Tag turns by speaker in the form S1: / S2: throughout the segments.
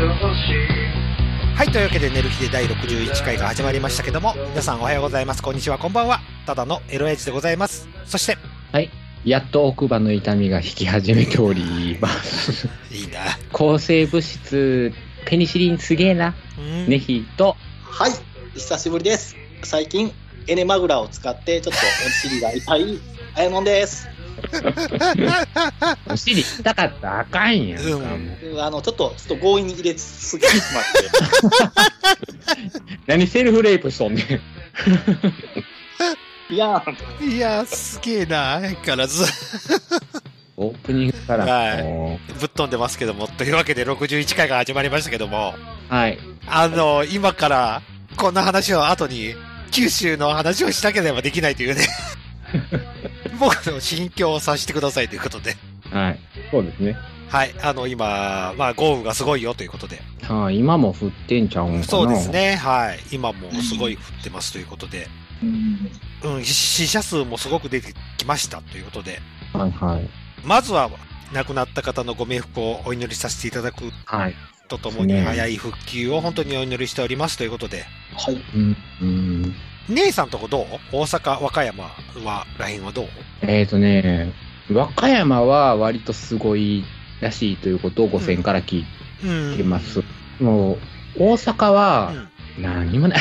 S1: はいというわけで「寝る日で」第61回が始まりましたけども皆さんおはようございますこんにちはこんばんはただのエロエイジでございますそして
S2: やっと奥歯の痛みが引き始めてお ります。
S1: いいな
S2: 抗生物質、ペニシリンすげえな、
S1: うん
S2: ネヒと、
S3: はい、久しぶりです。最近、エネマグラを使って、ちょっとお尻が痛い、あやもんです。
S2: お尻痛かったらあかんやんか、もう
S1: うん
S3: あの、ちょっと、ちょっと強引に入れすぎてしまって、
S2: 何セルフレイプしとんね ん。
S3: いや
S1: いやーすげえな相変わらず
S2: オープニングから
S1: はい
S2: も
S1: ぶっ飛んでますけどもというわけで61回が始まりましたけども
S2: う、はい。
S1: あの今からこんな話を後に九州の話をしなければできないというね僕の心境を察してくださいということで
S2: はい。そうですね。
S1: はいあの今、まあ、豪雨がすごいよということで
S2: はあ、今も降ってんちゃうんかな。
S1: そうです。ねはい今もすごい降ってますということで、うん、死者数もすごく出てきましたということで
S2: はいはい。
S1: まずは亡くなった方のご冥福をお祈りさせていただく
S2: はい。
S1: とともに
S2: ね
S1: 早い復旧を本当にお祈りしておりますということで
S3: はい。
S2: うん。うん
S1: 姉さんとこどう大阪和歌山はラインはどう
S2: えっ、ー、とね、和歌山は割とすごいらしいということを五線から聞い
S1: うん
S2: てます。もう、大阪は
S1: うん
S2: 何もない。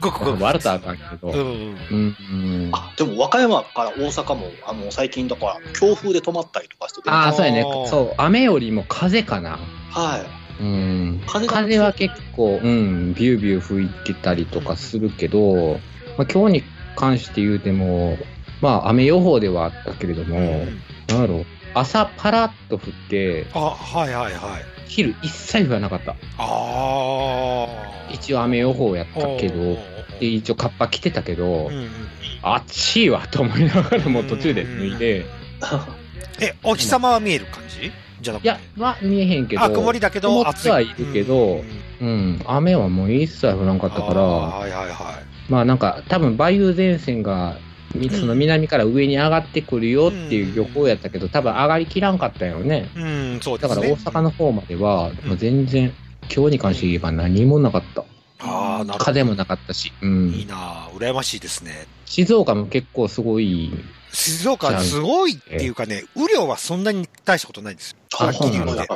S1: ごくごく
S2: 悪とはあかんけ
S1: う
S2: ど。
S1: ん
S2: う
S1: うん
S2: んうん、
S3: あ、でも、和歌山から大阪も、あの、最近、だから、強風で止まったりとかしてて、
S2: ああ、そうやね
S1: あー。
S2: そう、雨よりも風かな。
S3: はい。
S2: うん、
S3: 風
S2: 風
S3: が
S2: は結構、うん、ビュービュー吹いてたりとかするけど、まあ、今日に関して言うても、まあ、雨予報ではあったけれども、なんだろう、朝パラッと降って、
S1: あはいはいはい
S2: 昼一切降らなかった。
S1: ああ
S2: 一応雨予報やったけど、で、一応カッパ着てたけど、
S1: うんうん
S2: 暑いわと思いながらもう途中で脱いで、
S1: えお日様は見える感じじゃなく
S2: い
S1: て
S2: や、は見えへんけど、
S1: あ曇りだけど
S2: 曇ってはい
S1: 暑
S2: るけど
S1: うん
S2: うん、雨はもう一切降らんか
S1: あ
S2: ったから、
S1: ーはいはいはい
S2: まあなんか多分梅雨前線がみ
S1: うん
S2: その南から上に上がってくるよっていう予報やったけど、多分上がりきらんかったよね。
S1: うんそうで
S2: だ
S1: す
S2: から
S1: ね
S2: 大阪の方までは、
S1: うん
S2: もう全然、今日に関して言えば何もなかった。
S1: ああなるほど
S2: 風もなかったし、う
S1: いい
S2: ん。
S1: なあ羨ましいですね
S2: 静岡も結構すごい、
S1: 静岡すごいっていうかね雨量はそんなに大したことないんですよ
S2: あ
S1: はっきり言
S2: そ
S1: っ
S2: う
S1: て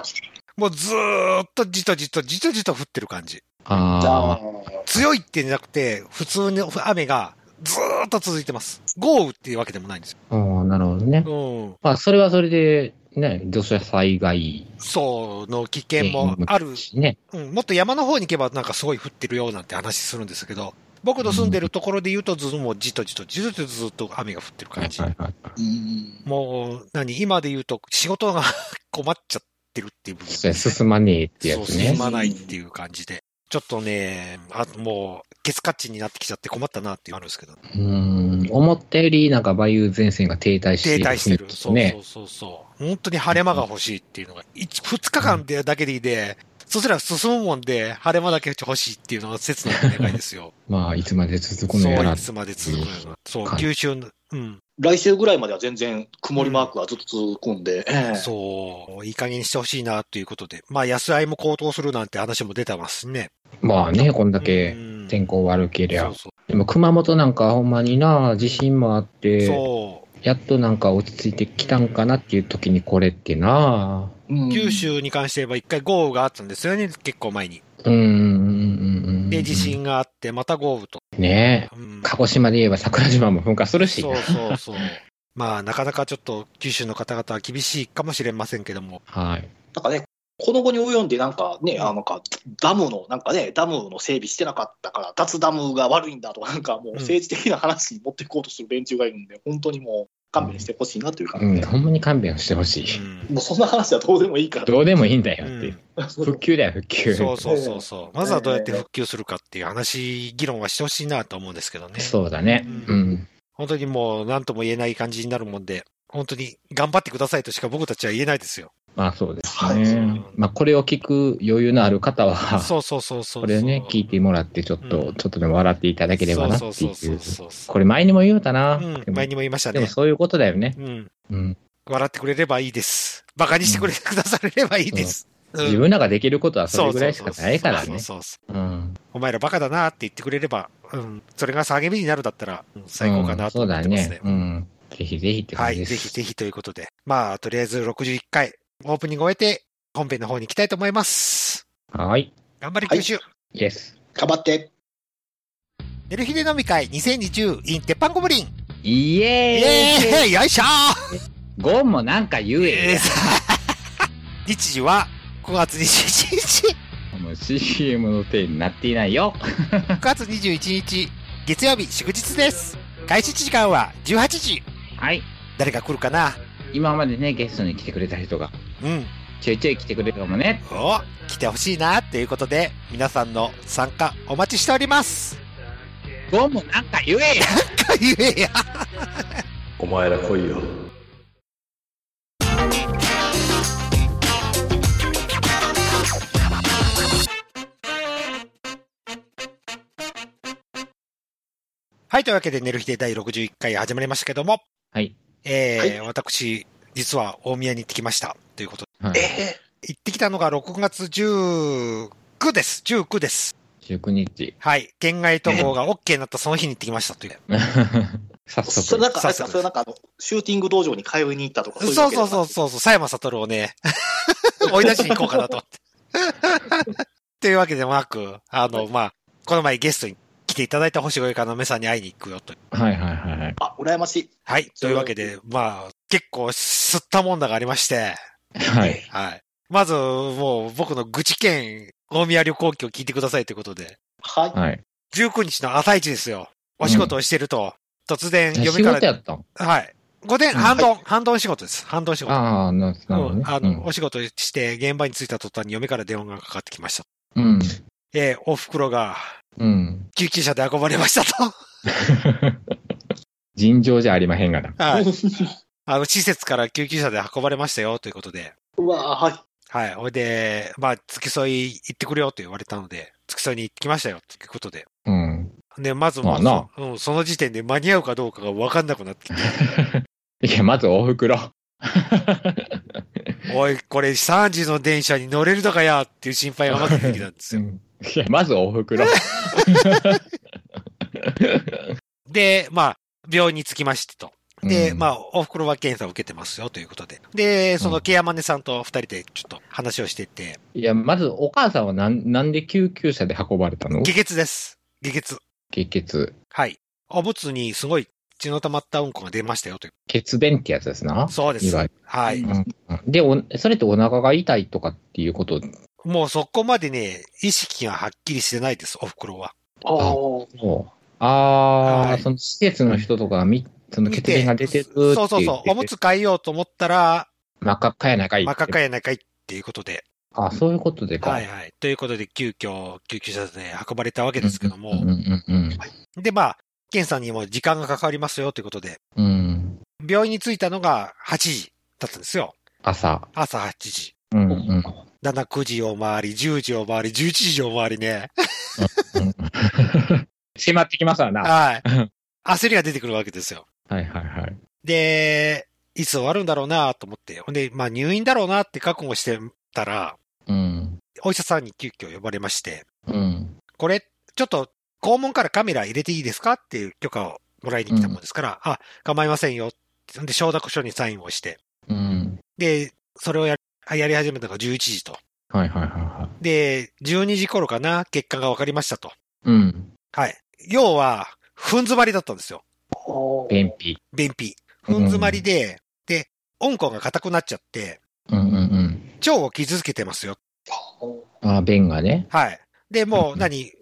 S1: もうずーっとじとじとじとじと降ってる感じ
S3: じゃあ
S2: あ、
S1: 強いってんじゃなくて、普通の雨がずーっと続いてます。豪雨っていうわけでもないんですよ。
S2: あ、うん、なるほどね。
S1: うん。
S2: まあそれはそれで、ね、土砂災害
S1: そうの危険もある。
S2: しね。
S1: うん。もっと山の方に行けばなんかすごい降ってるよなんて話するんですけど、僕の住んでるところで言うと、ずもうじとじとじとじとずっと雨が降ってる感じ。
S2: はいはいはい
S3: うん。
S1: もう、何今で言うと仕事が 困っちゃってるっていう部分。
S2: そうや進まねえってや
S1: そう、
S2: つね
S1: 進。まないっていう感じで。ちょっとね、あもう、ケツカッチンになってきちゃって困ったなっていうのあるんですけど。
S2: うん、思ったよりなんか梅雨前線が停滞して
S1: 停
S2: いる
S1: 滞してる。そう
S2: ね
S1: そうそうそう。本当に晴れ間が欲しいっていうのが、一二日間でだけでいいで、そしたら進むもんで、晴れ間だけ欲しいっていうのが切な願いですよ。
S2: まあ、いつまで続く
S1: そ
S2: のや
S1: う、
S2: ら
S1: い。つまで続くのかなそう、
S2: はい
S1: 九州の、うん。
S3: 来週ぐらいまでは全然曇りマークがずっと続くんで、ええ
S1: そう、いい加減にしてほしいなということで。まあ、安合いも高騰するなんて話も出てますしね。
S2: まあね、こんだけ
S1: うん
S2: 天候悪けり
S1: そ
S2: ゃ
S1: う。そ
S2: でも、熊本なんかほんまにな、地震もあっ
S1: う。
S2: て、
S1: そ
S2: やっとなんか落ち着いてきたんかなっていう時にこれってな。
S3: うん
S1: う。九州に関して言えば一回豪雨があったんですよね、結構前に。
S2: うん、うん、うんうんうん。
S1: で、地。震があって、また豪雨と。
S2: ねえ。
S1: うん
S2: 鹿児島で言えば桜島も噴火するし。
S1: そうそうそう。まあ、なかなかちょっと九州の方々は厳しいかもしれませんけども。
S2: はい。
S3: なんかね、この後に及んで、なんかね、あのなんかダムの、なんかね、ダムの整備してなかったから、脱ダムが悪いんだとか、なんかもう政治的な話に持っていこうとする連中がいるんで、本当にもう勘弁してほしいなという感じ
S2: うん、
S3: で、
S2: ほんまに勘弁してほしい。
S1: うん
S3: もうそんな話はどうでもいいから、
S2: どうでもいいんだよ
S1: う
S2: っ
S1: ん
S2: て。復旧だよ、復旧。
S1: そうそうそうそう。まずはどうやって復旧するかっていう話、議論はしてほしいなと思うんですけどね。
S2: そうだね。うん。
S1: 本当にもう何とも言えない感じになるもんで、本当に頑張ってくださいとしか僕たちは言えないですよ。
S2: まあそうです
S3: はい
S2: ね。
S1: そう
S2: まあこれを聞く余裕のある方は、
S1: そうそうそうそう。
S2: これをね、聞いてもらって、ちょっと、
S1: うん
S2: ちょっとでも笑っていただければなって
S1: そ
S2: いう
S1: そうう。そうそう。
S2: これ前にも言うたな。
S1: うん
S2: で、も
S1: 前にも言いました
S2: でも
S1: ね。
S2: そういうことだよね。
S1: うん。
S2: うん。
S1: 笑ってくれればいいです。バカにしてくれ、くだされればいいです。うん
S2: 自分らができることはそれぐらいしかないから
S1: そう
S2: ね。
S1: そうそう
S2: うん。
S1: お前らバカだなって言ってくれれば、うん、それが励みになるだったら、うん最高かなと
S2: う
S1: 思
S2: ん
S1: ってますね。
S2: そうだね。うん。ぜひぜひって
S1: は
S2: 感じ
S1: い、
S2: です。
S1: ぜひぜひということで。まあ、とりあえず61回、オープニングを終えて、本編の方に行きたいと思います。
S2: はい。
S1: 頑張り吸収、
S2: イエス。
S3: 頑張って。
S1: 寝る日で飲み会 2020in 鉄板ゴブリン。
S2: イ
S1: イ
S2: エーイ
S1: エーイよいしょー
S2: ゴンもなんか言え
S1: え
S2: よ
S1: ー。 日時は5月21日、
S2: もう CM の手になっていないよ。
S1: 9月21日、月曜日祝日です。開始時間は18時。
S2: はい。
S1: 誰が来るかな
S2: 今までね、ゲストに来てくれた人が、
S1: うん。
S2: ちょいちょい来てくれるかもね。
S1: お来てほしいなっていうことで、皆さんの参加お待ちしております。
S2: ゴンもなんか言えよ。
S1: かゆえや。
S4: お前ら来いよ。
S1: はい、というわけで、寝る日で第61回始まりましたけども、
S2: はい。
S1: えー
S3: は
S1: 私、実は大宮に行ってきました。ということで、
S2: は
S3: え
S2: い、
S3: え
S1: 行ってきたのが6月19です。19です。
S2: 19日。
S1: はい。県外渡航が OK になったその日に行ってきましたという。
S2: 早
S3: そ
S2: 速。
S3: れなんか、あれですかそれなんかあの、シューティング道場に通いに行ったとか、
S1: そうそうそううそうそう、佐山悟を ね、追い出しに行こうかなと思 って。というわけでもなく、あの、まあ、この前ゲストに来ていただいた星越かのめさんに会いに行くよと。
S2: はいはいはいはい。
S3: あ、羨ましい。
S1: はい。というわけで、まあ、結構吸ったもんだがありまして、
S2: はい。
S1: はい。まず、もう僕の愚痴県大宮旅行記を聞いてくださいということで、
S3: はい。
S2: はい。
S1: 19日の朝一ですよ。お仕事をしてると、突然、
S2: 仕
S1: 嫁か
S2: 事や
S1: ら、
S2: ったん
S1: はい。午前、
S2: ん
S1: 半ドン、半ドン仕事です。半ドン仕事。
S2: ああ、なるほど
S1: うん
S2: ね。
S1: あの、お仕事して現場に着いた途端に嫁から電話がかかってきました。
S2: うん。
S1: えーお袋が
S2: うん。
S1: 救急車で運ばれましたと。
S2: 尋常じゃありまへんがな。
S1: はい。あの、施設から救急車で運ばれましたよということで。
S3: うわーはい。
S1: はい。ほいで、まあ、付き添い行ってくれよと言われたので、付き添いに行ってきましたよということで。
S2: うん。
S1: ね、まず、
S2: まあな
S1: うん、その時点で間に合うかどうかが分かんなくなってきて、
S2: いや、まずお袋。
S1: おい、これ3時の電車に乗れるのかやっていう心配がまず出てきたんです
S2: う
S1: よ。
S2: んいや、まずお袋。
S1: で、まあ、病院に着きましてと。 で、ま
S2: あ、
S1: あ、お袋は検査を受けてますよということで。で、そのケアマネさんと二人でちょっと話をしてて、
S2: いや、まずお母さんはなんなんで救急車で運ばれたの
S1: 下血です。下血。
S2: 血血。
S1: はい。おむつにすごい血の溜まったうんこが出ましたよという。
S2: 血便ってやつですな。
S1: そうで
S2: い
S1: す
S2: わゆ。
S1: は
S3: う
S1: い
S3: ん。
S2: るで、おそれってお腹が痛いとかっていうこと
S1: もうそこまでね、意識がはっきりしてないです、お袋は。
S3: あー
S2: を、ああ、
S1: はい
S2: その施設の人とかみ、その血便が出てるってい
S1: そうそうそう。おむつ変えようと思ったら、
S2: 真っ赤っかやないかいって。
S1: まかかやないかいっていうことで。
S2: あそういうことでか。
S1: はいはい。ということで、急遽、救急車でね、運ばれたわけですけど
S2: うん
S1: も。
S2: うんうん
S1: で、まあ、検査にも時間がかかりますよということで。
S2: うん。うん。
S1: 病院に着いたのが8時だったんですよ。
S2: 朝。
S1: 朝8時。
S2: うんうん。
S1: だんだん9時を回り、10時を回り、11時を回りね。
S2: 迫ってきますわな。は
S1: はい。焦りが出てくるわけですよ。
S2: いはいはい。
S1: で、いつ終わるんだろうなと思って。ほんで、まあ入院だろうなって覚悟してたら、
S2: うん。
S1: お医者さんに急遽呼ばれまして、
S2: うん。
S1: これ、ちょっと肛門からカメラ入れていいですかっていう許可をもらいに来たもんですから、あ、構いませんよ。ほんで、承諾書にサインをして。
S2: うん。
S1: で、それをやりやり始めたのが11時と。
S2: はいはいはいは
S1: で、12時頃かな、結果が分かりましたと。
S2: い。うん。
S1: はい。要は、ふん詰まりだったんですよ。
S3: おー
S2: 便秘。
S1: 便秘。ふん詰まりで、で、うんこが硬くなっちゃって、
S2: うんうんうん。
S1: 腸を傷つけてますよ。
S2: ああ、便がね。
S1: はい。で、も
S2: う
S1: う、
S2: ん
S1: 何、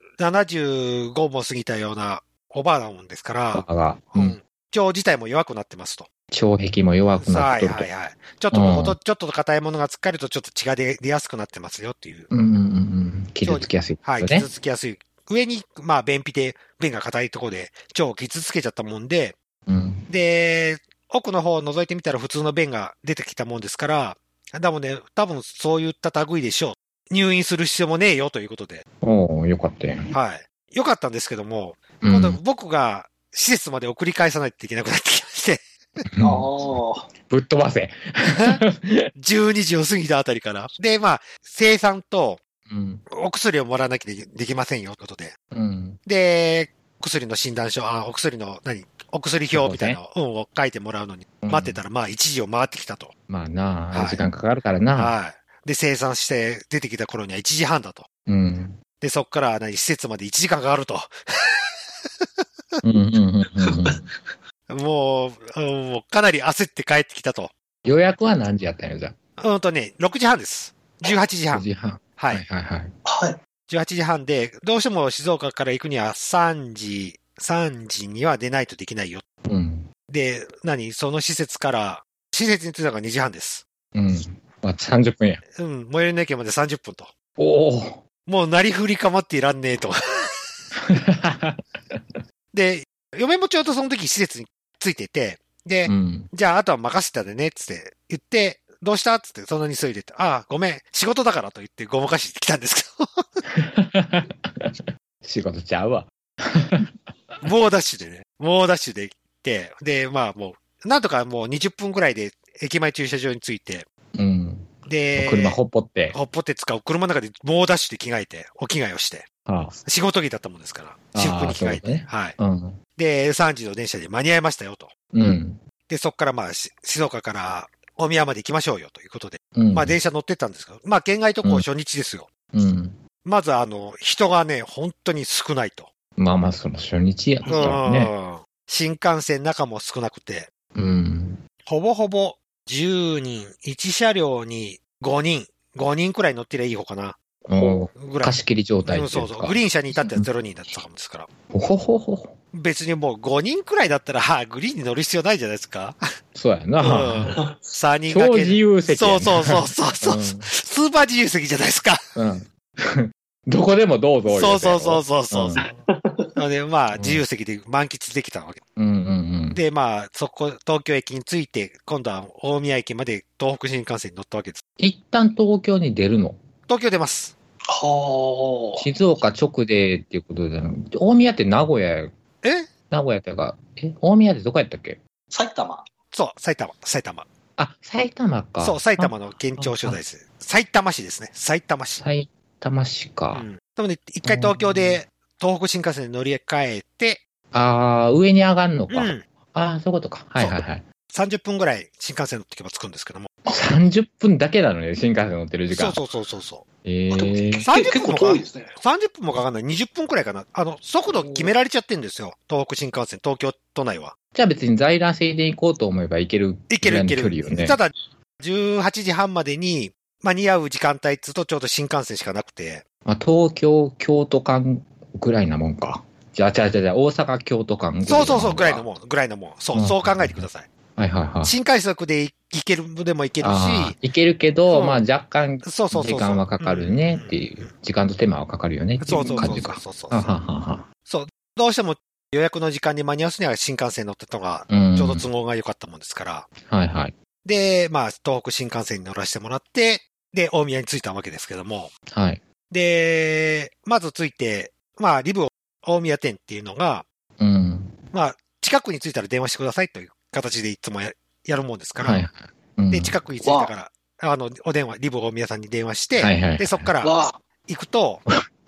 S1: 75も過ぎたようなおばあなもんですから、
S2: あが。
S1: う
S2: うんん。
S1: 腸自体も弱くなってますと。
S2: 腸壁も弱くなっ
S1: は
S2: と
S1: い
S2: ると
S1: はい。はい。ちょっともうほと、ちょっと硬いものがつっかると、ちょっと血が出出やすくなってますよっていう。
S2: うんうんうんうん。傷つきやすいです
S1: は
S2: よ
S1: い。
S2: ね
S1: 傷。つきやすい。上に、まあ、便秘で、便が硬いところで、腸を傷つけちゃったもんで、
S2: うん。
S1: で、奥の方を覗いてみたら普通の便が出てきたもんですから、でもね、多分そういった類でしょう。入院する必要もねえよということで。
S2: おおよかったやん。
S1: はい。よかったんですけども、
S2: う
S1: 今度
S2: ん
S1: 僕が施設まで送り返さないといけなくなってきまして、
S3: ああ。
S2: ぶっ飛ばせ。
S1: 12時を過ぎたあたりから。で、まあ、生産と
S2: うん。
S1: お薬をもらわなきゃできませんよ、ということで。
S2: うん。
S1: で、お薬の診断書、あ、お薬の、何お薬表みたいな、うん、を書いてもらうのに、待ってたら、まあ、1時を回ってきたと。
S2: まあなあ、
S1: はい
S2: 時間かかるからな。
S1: はい。で、生産して出てきた頃には1時半だと。
S2: うん。
S1: で、そこから何施設まで1時間かかると。
S2: うんうんうんうん うん
S1: もう、うんもうかなり焦って帰ってきたと。
S2: 予約は何時やったんやじゃ
S1: うんとね、6時半です。18時
S2: あ。9
S1: 半。
S2: 時半。
S1: は
S2: はい
S1: い。
S2: はいはい。
S3: はい。
S1: 18時半で、どうしても静岡から行くには3時、3時には出ないとできないよ。
S2: うん。
S1: で、何その施設から、施設に着いたのが2時半です。
S2: うん。まあ30分や。
S1: うん、最寄りの駅まで30分と。
S2: おお。
S1: もうなりふり構っていらんねえと。で、嫁もちょうどその時施設に着いてて、で、
S2: うん。
S1: じゃああとは任せたでね、つって言って、どうしたつってそんなに急いでて、ああ、ごめん、仕事だからと言ってごまかしてきたんですけど。
S2: 仕事ちゃうわ。
S1: 猛ダッシュでね、猛ダッシュで行って、で、まあもう、なんとかもう20分くらいで駅前駐車場に着いて、
S2: うん。
S1: で、
S2: 車ほっぽって。
S1: ほっぽって使う車の中で猛ダッシュで着替えて、お着替えをして、
S2: は
S1: 仕事着だったもんですから、私服に着替え
S2: あーそ
S1: て、
S2: うだね
S1: はい。
S2: あ。うん。
S1: で、3時の電車で間に合いましたよと。
S2: うん。
S1: で、そこからまあ、し静岡から大宮まで行きましょうよということで、
S2: うん。
S1: まあ電車乗ってったんですけど、まあ県外渡航初日ですよ。
S2: うん。
S1: まずあの、人がね、本当に少ないと。
S2: まあまあ、その初日やったからね。
S1: うん新幹線中も少なくて、
S2: うん。
S1: ほぼほぼ10人、1車両に5人、5人くらい乗ってりゃいい方かな。
S2: も
S1: ぐ
S2: う、
S1: らい。
S2: 貸し切り状態
S1: う
S2: っ
S1: ん
S2: てい
S1: そう
S2: う
S1: そう。
S2: か
S1: グ。リーン車に至っては0人だったかもですから。
S2: ほほほほ。
S1: 別にもう5人くらいだったら、はあグリーンに乗る必要ないじゃないですか。
S2: そうや
S1: う
S2: な。
S1: ん。3人掛
S2: 超
S1: け
S2: 自由席や
S1: そ
S2: な。
S1: うそうそうそうそう。スーパー自由席じゃないですか。
S2: うん。うん。 どこでもどうぞ。
S1: そうそうそう
S2: そ
S1: そうそう。なので、まあ、
S2: うん
S1: 自由席で満喫できたわけ。
S2: う。うんうんうん。
S1: で、まあ、そこ、東京駅に着いて、今度は大宮駅まで東北新幹線に乗ったわけです。
S2: 一旦東京に出るの。
S1: 東京出ます。
S3: はあ。
S2: 静岡直でっていうことじゃなくて、大宮って名古屋や
S1: え
S2: 名古屋ってか、え、大宮ってどこやったっけ
S3: 埼玉。
S1: そう、埼玉、埼玉。
S2: あ、埼玉か。
S1: そう、埼
S2: あ。
S1: 玉の県庁所在地です。埼玉市ですね。埼玉市。
S2: 埼玉市
S1: う
S2: か。
S1: ん。でもね、一回東京で東北新幹線に乗り換えて、
S2: ああ、上に上がんの
S1: う
S2: か。
S1: ん。
S2: ああ、そういうことか。はいはいはい。
S1: 30分ぐらい新幹線乗ってけば着くんですけども。
S2: 30分だけなのね、新幹線乗ってる時
S1: そ
S2: 間。
S1: うそうそうそうそ
S2: ええ
S3: あでも
S2: ー
S3: 結構結構遠いですね。
S1: う。30分もかかんない。20分くらいかな。あの、速度決められちゃってんですよ。東北新幹線、東京都内は。
S2: じゃあ別に在来線で行こうと思えば行ける。
S1: いけるいけ
S2: 距離よ
S1: る。
S2: ね。
S1: ただ、18時半までに間に合う時間帯っつうとちょうど新幹線しかなくて、
S2: まあ、東京、京都間ぐらいなもんか。じゃあ、じゃあ、じゃあじゃあ、大阪、京都間ぐらいな
S1: そ
S2: も
S1: うん
S2: か
S1: そうそうぐらいの。もん、ぐらいのもん。そう、そう考えてください。
S2: はいはいはい。
S1: 新快速で行けるでも行ける
S2: あ
S1: し
S2: ー、行けるけ
S1: そ
S2: ど、
S1: う
S2: まあ若干、
S1: そうそうそうそう。
S2: 時間はかかるねっていう、時間と手間はかかるよね
S1: うん。
S2: ってい
S1: そうそううそ
S2: 感
S1: う
S2: じ
S1: そ
S2: か
S1: う。そうそう
S2: あははは。
S1: どうしても予約の時間に間に合わすには新幹線乗ってたのが、
S2: うん。
S1: ちょうど都合が良かったもんですから。
S2: はいはい。
S1: で、まあ、東北新幹線に乗らせてもらって、で、大宮に着いたわけですけども。
S2: はい。
S1: で、まず着いて、まあ、リブ大宮店っていうのが、
S2: うん。
S1: まあ、近くに着いたら電話してくださいという形でいつもややるもんですから。
S2: はいはい。うん
S1: で、近くに着いたから、あの、お電話、リブ大宮さんに電話して、
S2: はいはい
S1: で、そこから
S3: わあ。
S1: 行くと、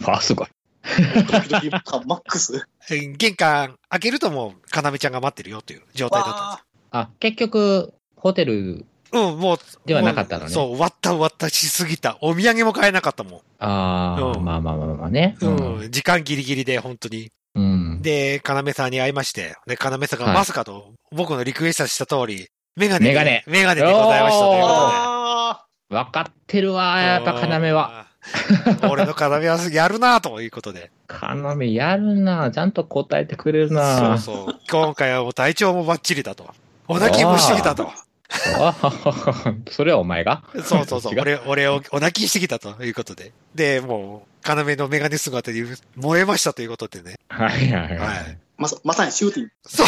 S2: あ、すごい。
S3: ドキドキ感マックス。
S1: えー玄関開けるともう、かなめちゃんが待ってるよという状態だったんで
S3: わあ。
S2: あ、結局、ホテル、
S1: すよ。うん、もう。
S2: ではなかったのね
S1: もうそう、終わった終わったしすぎた。お土産も買えなかったもん。
S2: ああ、
S1: うん
S2: まあまあまあまあね。
S1: うん、時間ギリギリで、本当に。
S2: うん。
S1: で、かなめさんに会いまして、で、かなめさんが
S2: はい
S1: まさかと、僕のリクエストした通り、メガネで。
S2: メガネ
S1: メガネでございましたというこ
S3: あ
S2: わかってるわ、
S1: とで。
S2: やっぱ要は。
S1: うん。 俺の要はやるなということで。
S2: 要やるな、ちゃんと答えてくれる
S1: そ
S2: な。
S1: うそう。今回はもう体調もバッチリだと。お泣きもしてきたと。
S2: あははは それはお前が
S1: そうそうそう。
S2: 違
S1: 俺、俺をお泣きしてきたということで。で、もう、要のメガネ姿に燃えましたということでね。
S2: はいはい
S1: は
S2: はい
S3: まさまさにシュ ーティング。
S1: そう、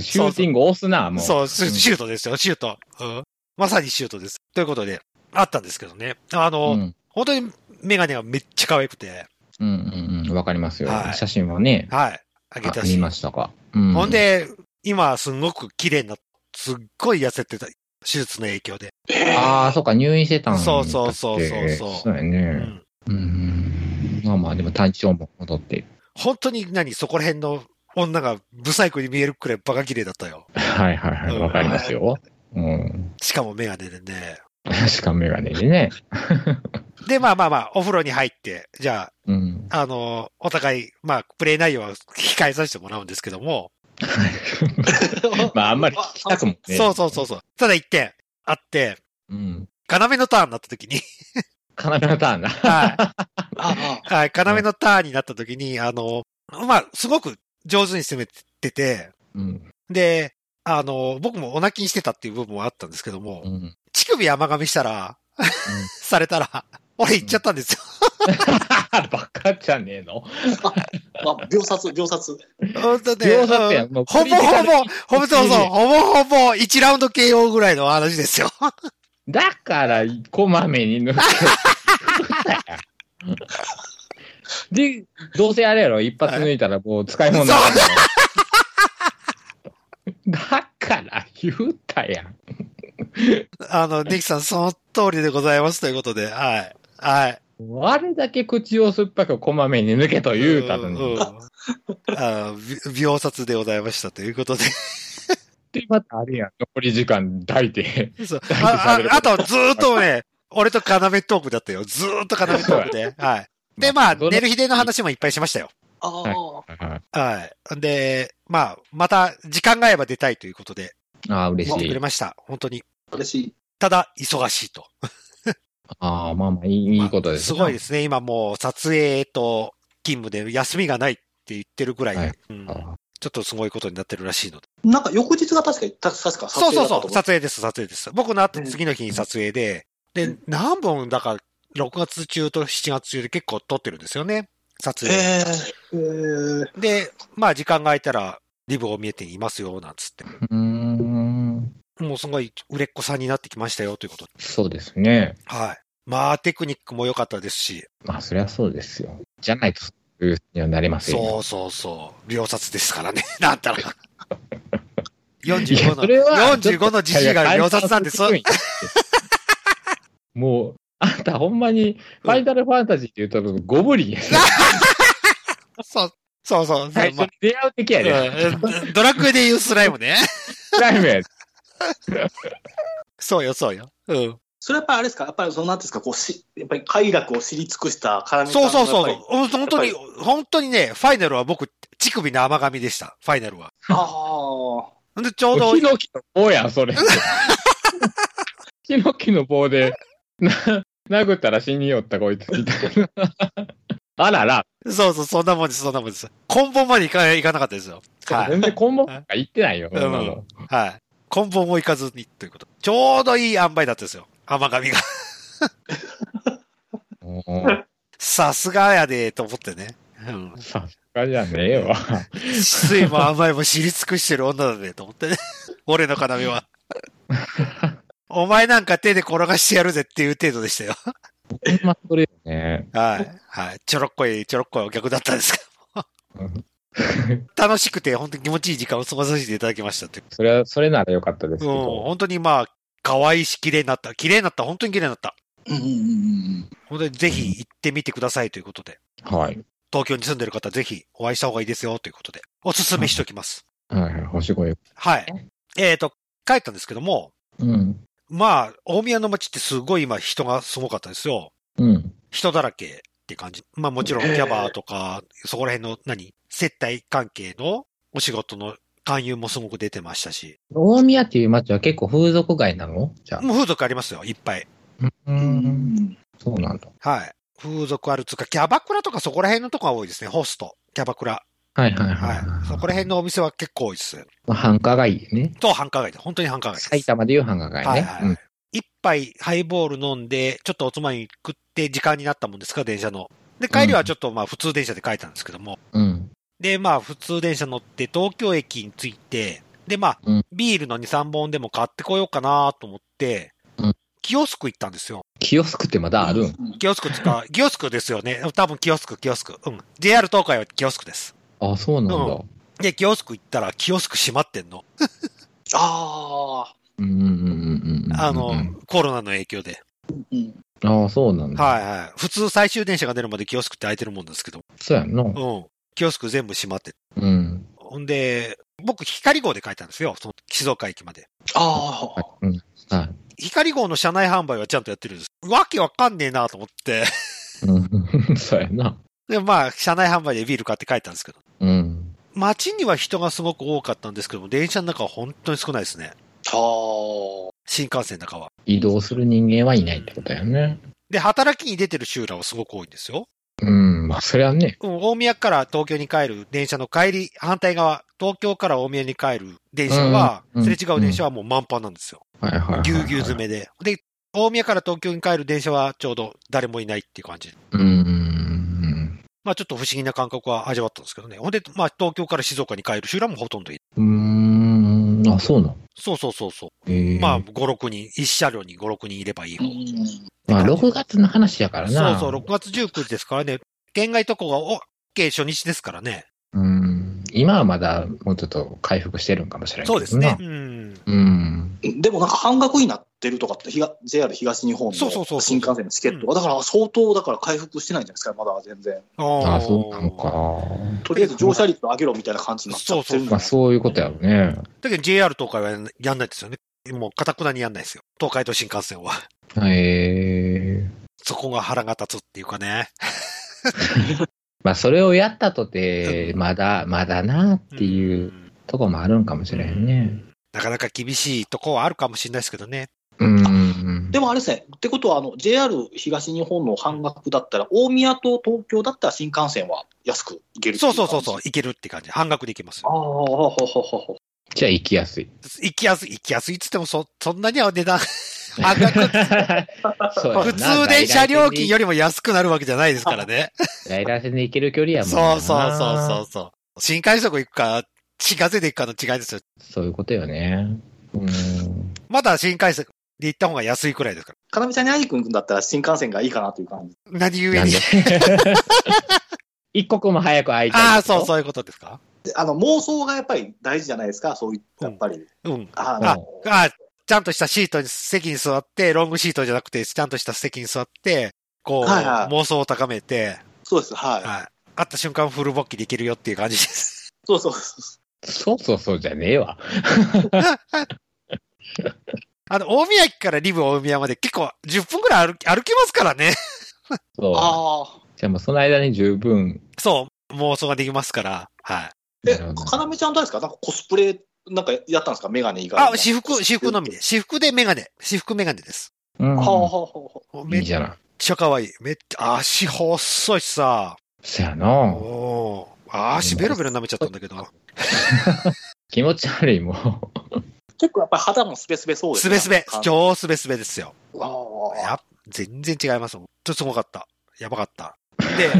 S2: い。シューティング押すな、もう。
S1: そう、シュシュートですよ、シュート。うん。まさにシュートです。ということで、あったんですけどね。あの、
S2: うん。
S1: 本当にメガネがめっちゃ可愛くて、
S2: うんうんうん、わかりますよ
S1: は。い
S2: 写真はね、
S1: はい。あげ
S2: あ
S1: た
S2: 見
S1: し
S2: ま。したか。うん
S1: ほん、で、今すんごく綺麗になった。すっごい痩せてた。手術の影響で。
S3: えー
S2: ああ、そうか、入院してたんだっけ
S1: そうそうそうそうそう
S2: そうや
S1: う
S2: ね。
S1: ん。
S2: うん。うんまあまあ、でも体調も戻って。
S1: 本当に何そこら辺の女がブサイクに見えるくらいバカ綺麗だったよ。
S2: はいはいはい、わかりますよ。うん。
S1: しかもメガネでね。
S2: しかもメガネでね。
S1: で、まあまあまあ、お風呂に入って、じゃ
S2: うん。
S1: あ、あの、お互い、まあ、プレイ内容は控えさせてもらうんですけども、
S2: まあ、あんまり聞きたくもね。
S1: そうそうそうそう。ただ一点あって、
S2: う。うん。
S1: 要のターンになった時 に、
S2: 要のターンだ。
S1: は
S3: ああ
S1: い。はい。要のターンになった時に、あの、まあ、すごく上手に攻めてて、
S2: うん。
S1: で、あの、僕もお泣きにしてたっていう部分はあったんですけども、
S2: うん。
S1: 乳首甘噛みしたら、 されたら、俺行っちゃったんですよ。
S2: バカじゃねえの
S3: まあ、秒殺、秒殺。
S1: 本当ね。
S2: 秒殺やんもう
S1: ほぼほぼ、ほぼそうそ
S2: 一撃
S1: う、
S2: で
S1: ほぼほぼ1ラウンド KO ぐらいの話ですよ。
S2: だから、こまめに抜く。で、どうせあれやろ、一発抜いたらもう使い物にならない だから言うたやん。
S1: あの、ネキさんその通りでございますということで、はい。はい。
S2: あれだけ口を酸っぱくこまめに抜けと言うたの
S1: ん
S2: に。
S1: んあのび 秒殺でございましたということで。
S2: で、またあれやん。残り時間抱いて。
S1: そう
S2: 大丈夫
S1: あ
S2: 喋る
S1: ああと、ずーっとね、 俺と要トークだったよ。ずーっと要トークで。はい。で、まあ、
S2: どの
S1: 寝る日での話もいっぱいしましたよ。
S3: ああ、
S2: あ
S1: はい。で、まあ、また、時間があれば出たいということで、
S2: あ、嬉
S1: 来
S2: して
S1: くれ
S2: い。
S1: ました。本当に。
S3: 嬉しい。
S1: ただ、忙しいと。
S2: ああ、まあまあ、いいいいことです
S1: す
S2: ね。
S1: ごいですね。今もう、撮影と勤務で休みがないって言ってるぐらい、
S2: はい
S1: うん
S2: ああ
S1: ちょっとすごいことになってるらしいので。
S3: なんか翌日が確かに、た確か撮
S1: そう
S3: 影
S1: そ
S3: だ
S1: う
S3: った
S1: そ
S3: と
S1: う、
S3: 思う。
S1: 撮影です、撮影です。僕の後、次の日に撮影で、
S3: う
S1: で
S3: ん、
S1: 何本だから、6月中と7月中で結構撮ってるんですよね、撮影。
S3: ええー。
S1: で、まあ、時間が空いたら、リブを見えていますよ、なんつって。
S2: うーん。
S1: もうすごい売れっ子さんになってきましたよ、ということで。
S2: そうですね。
S1: はい。まあ、テクニックも良かったですし、
S2: まあ、そりゃそうですよ。じゃないと、そういうふうにはなりませんよ。
S1: そうそうそう、秒殺ですからね、 なんたら。
S2: いや
S1: 45の、
S2: それは
S1: 45のじじいが秒殺なんです。
S2: もう、あんたほんまに、ファイナルファンタジーって言うと、ゴブリン やな。
S1: そうそうそう。
S2: 最初に出会う敵やで。
S1: うんドラクエで言うスライムね。
S2: スライ ムやで
S1: そうよ、そうよ。うん。
S3: それはやっぱりあれですか、やっぱりそのなんていうんですか、こうし、やっぱり快楽を知り尽くした絡み
S1: そうそうそうそう。
S3: う。
S1: 本当に、本当にね、ファイナルは僕、乳首の甘噛みでした。ファイナルは。
S3: あ
S1: で、ちょうど
S2: もう、ヒノキの棒やん、 それ。 ヒノキの棒で、な、殴ったら死によった、こいつ、みたいな。 あらら、
S1: そうそう、そんなもんです、そんなもんです。根本までいかいかなかったですよ。はい。
S2: 全然コンボとか言ってないよ、
S1: うん
S2: そんなの
S1: はい。根本もいかずに、ということ。ちょうどいい塩梅だったですよ。甘噛みが。
S2: も
S1: さすがやで、と思ってね。うん
S2: う。さすがじゃねえわ。
S1: 水も甘いも知り尽くしてる女だね、と思ってね。俺の要 は。お前なんか手で転がしてやるぜっていう程度でしたよ。
S2: ほんまそれよね。
S1: はい。はい。ちょろっこい、ちょろっこいお客だったんですけども楽しくて、本当に気持ちいい時間を過ごさせていただきましたっていう。
S2: それは、それならよかったで
S1: う
S2: すけ
S1: ん。
S2: ど。
S1: 本当にまあ、可愛いし、綺麗になった。綺麗になった。本当に綺麗になった。
S3: あ。うんうんうん
S1: 本当にぜひ行ってみてくださいということで。
S2: はい。
S1: 東京に住んでる方、ぜひお会いした方がいいですよということで。おすすめしておきます。
S2: はいはい、星越え。
S1: はい。えっ、と、帰ったんですけども、
S2: うん。
S1: まあ、大宮の街ってすごい今人がすごかったですよ。
S2: うん。
S1: 人だらけって感じ。まあもちろんキャバーとか、そこら辺の何、接待関係のお仕事の勧誘もすごく出てましたし、
S2: 大宮っていう街は結構風俗街なのじゃあ。
S1: もう風俗ありますよ、いっぱい。
S2: う。
S3: うんうんん。
S2: そうなんだ。
S1: はい。風俗あるつうか、キャバクラとかそこら辺のとこが多いですね、ホスト、キャバクラ。
S2: はいはいは。
S1: はいい。そこら辺のお店は結構多いです。
S2: まあ繁華街ね。
S1: と、繁華街で、本当に繁華街です。
S2: 埼玉でいう繁華街ね。
S1: はいはい。一杯ハイボール飲んで、ちょっとおつまみ食って時間になったもんですか、電車の。で、帰りはちょっとまあ普通電車で帰ったんですけども、
S2: うん。
S1: で、まあ、普通電車乗って東京駅に着いて、で、まあ、
S2: うん
S1: ビールの2、3本でも買ってこようかなと思って、
S2: うん
S1: キオスク行ったんですよ。
S2: キオスクってまだあるん
S3: うん
S1: キオスクっていう か、キオスクですよね。多分キオスク、キオスク。うん。JR 東海はキオスクです。
S2: あ、そうなんだ。
S1: うで、キオスク行ったら、キオスク閉まってんの。
S3: ああ、
S2: うんうんうんうん。
S1: あの、コロナの影響で。
S3: うん。
S2: ああ、そうなんだ。
S1: はいはい。普通最終電車が出るまでキオスクって空いてるもんですけど。
S2: そうやんな。
S1: うん。キオスク全部閉まって。
S2: うん。
S1: ほんで、僕、光号で書いたんですよ。その静岡駅まで。
S3: ああ、
S2: はい。うん。は
S1: 光号の車内販売はちゃんとやってるんです。わけわかんねえなと思って。
S2: い。うん。 そうやな。
S1: で、まあ、車内販売でビール買って帰ったんですけど。
S2: うん。
S1: 街には人がすごく多かったんですけども、電車の中は本当に少ないですね。
S3: は
S1: 新幹線の中は。
S2: 移動する人間はいないってことやね。
S1: で、働きに出てる集落はすごく多いんですよ。
S2: うん。まあ、そりゃね。
S1: うん、大宮から東京に帰る電車の帰り、反対側、東京から大宮に帰る電車は、
S2: うん
S1: すれ違う電車はもう満帆なんですよ。
S2: はいはいはい、はい。
S1: ぎゅうぎゅう詰めで。で、大宮から東京に帰る電車はちょうど誰もいないっていう感じ。
S2: うんうんうん
S1: まあちょっと不思議な感覚は味わったんですけどね。ほんで、まあ東京から静岡に帰る集落もほとんどいる。
S2: うん。うーん。あ、そうなの。
S1: そうそうそうそう。
S2: ええ
S1: まあ5、6人、1車両に5、6人いればいい
S3: あ。う
S1: 方。
S3: ん。
S2: まあ、6月の話やからな。
S1: そうそう、6月19日ですからね。県外渡航が OK 初日ですからね。
S2: うん。今はまだもうちょっと回復してるんかもしれない
S1: そうですね。うん。
S2: うん。
S3: でもなんか半額になってるとかって、ひが JR 東日本の
S1: そうそうそうそう
S3: 新幹線のチケットは、だから相当、だから回復してないんじゃないですか、まだ全然。
S1: あ
S2: あ
S1: ー
S2: あ、そうなのか。
S3: とりあえず乗車率を上げろみたいな感じになっちゃってるんだ
S2: まあ、そういうことやろうね。
S1: だけど JR 東海はやんないですよね。もう、かたくなにやんないですよ。東海道新幹線は。
S2: ええ
S1: そこが腹が立つっていうかね。
S2: まあ、それをやったとて、まだ、まだなっていう
S1: うん
S2: とこもあるんかもしれへんね。
S1: なかなか厳しいとこはあるかもしれないですけどね。
S2: うん。うん
S3: でもあれですね、ってことはあの、JR 東日本の半額だったら、大宮と東京だったら新幹線は安く行けるってい
S1: そうそうそうそう
S3: 感、
S1: いけるって感じ。半額で行けます
S3: じ。あ
S1: よ。
S3: あ、ほうほうほうほう
S2: じゃあ、行きや すい。
S1: 行きやすい、行きやすいっつってもそ、そんなには値段、半額、
S2: そうやな
S1: 普通電車料金よりも安くなるわけじゃないですからね。
S2: 外来線で行ける距離やもん
S1: そ
S2: な
S1: うそうそうそうそう。新快速行くか、新幹線で行くかの違いですよ。
S2: そういうことよね。うん。
S1: まだ新快速で行った方が安いくらいですから。
S3: かなみちゃんに会いに行くんだったら新幹線がいいかなという感じ。
S1: 何故
S2: な ん
S1: に
S2: で。一刻も早く会いたい。
S1: ああ、そう
S2: う。
S1: そういうことですか
S3: であの、妄想がやっぱり大事じゃないですか、そういう、やっぱり。
S1: うん。
S3: あ
S2: あ
S3: の
S1: あ、ちゃんとしたシートに、席に座って、ロングシートじゃなくて、ちゃんとした席に座って、こう、
S3: はいはい
S1: 妄想を高めて、
S3: そうです、はい。
S1: はい。会った瞬間フル勃起できるよっていう感じです。
S3: そうそうそ
S2: そうそうそうじゃねえわ。
S1: あの、大宮駅からリブ大宮まで結構10分くらい歩き歩きますからね。
S2: そう
S3: う。。ああ。
S2: じゃあもうその間に十分。
S1: そう、妄想ができますから。はい。
S3: え、
S2: なるほど
S3: かなみちゃんどうですかなんかコスプレ、なんかやったんですかメガネ以外。
S1: あ、私服、私服のみ。で。私服でメガネ。私服メガネです。
S2: うん
S3: はあ、はあはあはあ
S1: め
S2: いい
S1: っ
S2: じゃない。
S1: ちゃ可愛い。めっちゃ、足細いしさ。
S2: そやな
S1: お。おー。足ベロベロ舐めちゃったんだけど。
S2: 気持ち悪いもん。
S3: 結構やっぱり肌もスベスベそうです
S1: すべすべ。
S3: ょ。
S1: 超すべすべですよ。
S3: ああ。
S1: や全然違います。ほんとすごかった。やばかった。 で、